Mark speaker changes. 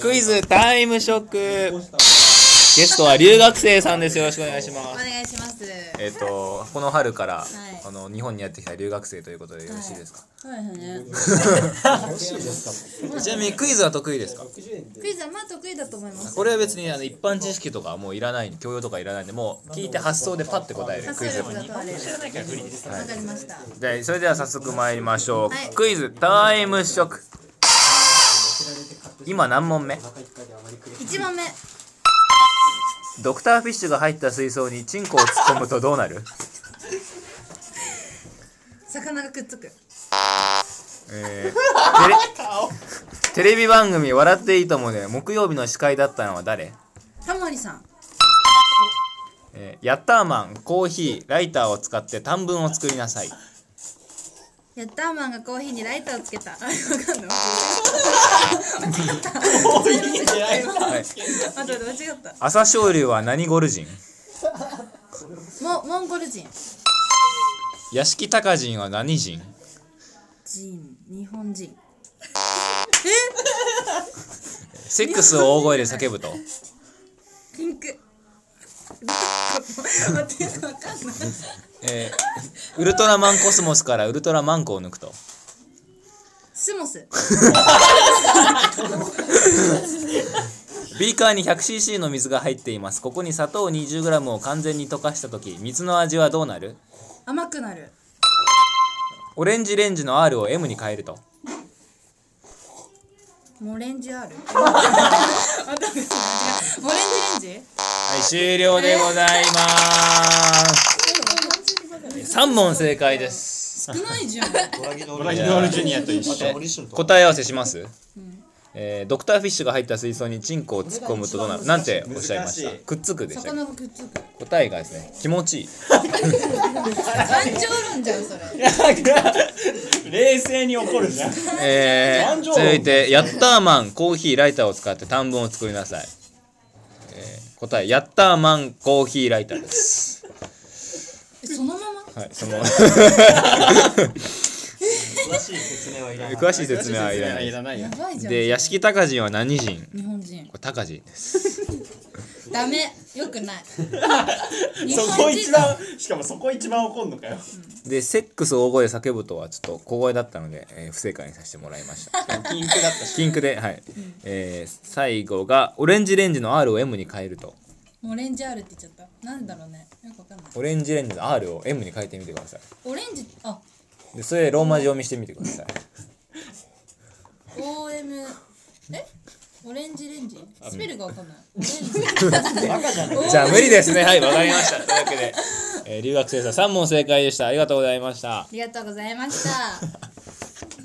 Speaker 1: クイズタイムショックゲストは留学生さんですよろしくお願いしま
Speaker 2: お
Speaker 1: す
Speaker 2: 願いします。
Speaker 1: えっ、とこの春から、
Speaker 2: い
Speaker 1: あの日本にやってきた留学生ということでよろしいですか、
Speaker 2: そうですね。
Speaker 1: ちなみにクイズは得意ですか
Speaker 2: クイズはまあ得意だと思います。
Speaker 1: これは別にあの一般知識とかはもういらない教養とかいらないんでもう聞いて発想でパッて答える
Speaker 2: 発
Speaker 1: クイ
Speaker 2: 想
Speaker 1: ズ
Speaker 2: 力が問われる。わかりました。
Speaker 1: でそれでは早速参りましょう、
Speaker 2: はい
Speaker 1: クイズタイムショック今何問目
Speaker 2: 一問目。
Speaker 1: ドクターフィッシュが入った水槽にチンコを突っ込むとどうなる
Speaker 2: 魚がくっつく。
Speaker 1: えー テレテレビ番組「笑っていいとも」で木曜日の司会だったのは誰、
Speaker 2: タモリさん。
Speaker 1: えーヤッターマンコーヒーライターを使って短文を作りなさい
Speaker 2: ヤッターマンがコーヒーにライターをつけた。あれわかんない。
Speaker 1: はい
Speaker 2: 待って待って間違った。
Speaker 1: 朝青龍は何ゴル人
Speaker 2: モモンゴル人。
Speaker 1: 屋敷隆人は何人
Speaker 2: 人。日本人。
Speaker 1: セックスを大声で叫ぶと
Speaker 2: ピンク。 待ってわかんない。
Speaker 1: えーウルトラマンコスモスからウルトラマンコを抜くと
Speaker 2: スモス。
Speaker 1: ビーカーに 100cc の水が入っていますここに砂糖 20g を完全に溶かした時水の味はどうなる
Speaker 2: 甘くなる。
Speaker 1: オレンジレンジの R を M に変えると
Speaker 2: モレン ジある。あた違う。モレンジレン
Speaker 1: は
Speaker 2: ジ。
Speaker 1: い終了でございます3問正解です
Speaker 2: 少な いじゃん。
Speaker 3: ブラジルワールジュニアと一緒
Speaker 1: 答え合わせします、えードクターフィッシュが入った水槽にチンコを突っ込むとどうなるなんておっしゃいました
Speaker 3: 難し
Speaker 1: くっつくでしたっけ
Speaker 2: 魚がくっつく。
Speaker 1: 答えがですね気持ちいい
Speaker 2: 感情論じゃんそれ。
Speaker 3: 冷静に怒るじゃん
Speaker 1: えー、
Speaker 3: 感情論
Speaker 1: 続いてヤッターマンコーヒーライターを使って短文を作りなさい、えー、答えヤッターマンコーヒーライターです
Speaker 2: えそのまま
Speaker 1: はいその
Speaker 4: 詳しい説明はいらない。
Speaker 1: 詳しい説明はいらない
Speaker 3: いらないよ
Speaker 2: やばいじゃん。
Speaker 1: で屋敷隆人は何人
Speaker 2: 日本人。
Speaker 1: これ隆人です
Speaker 2: ダメ。よ くない。日
Speaker 3: そこ
Speaker 2: 本
Speaker 3: 一
Speaker 2: 人は
Speaker 3: 番しかもそこ一番怒んのかよ
Speaker 1: でセックスを大声で叫ぶとはちょっと小声だったので、えー不正解にさせてもらいました
Speaker 3: ピンクだったし
Speaker 1: 禁句ではい、えー、最後がオレンジレンジの R を M に変えると
Speaker 2: オレンジあるって言っちゃった。なんだろうね。よくわかんない。
Speaker 1: オレンジレンジの R を M に変えてみてください
Speaker 2: オレンジあ
Speaker 1: でそれでローマ字読みしてみてください
Speaker 2: O M えオレンジレンジスペルがわかんない。オレンジ
Speaker 1: じゃあ無理ですね。はい、わかりました。 というわけで、えー留学生さん3問正解でした。ありがとうございました。
Speaker 2: ありがとうございました。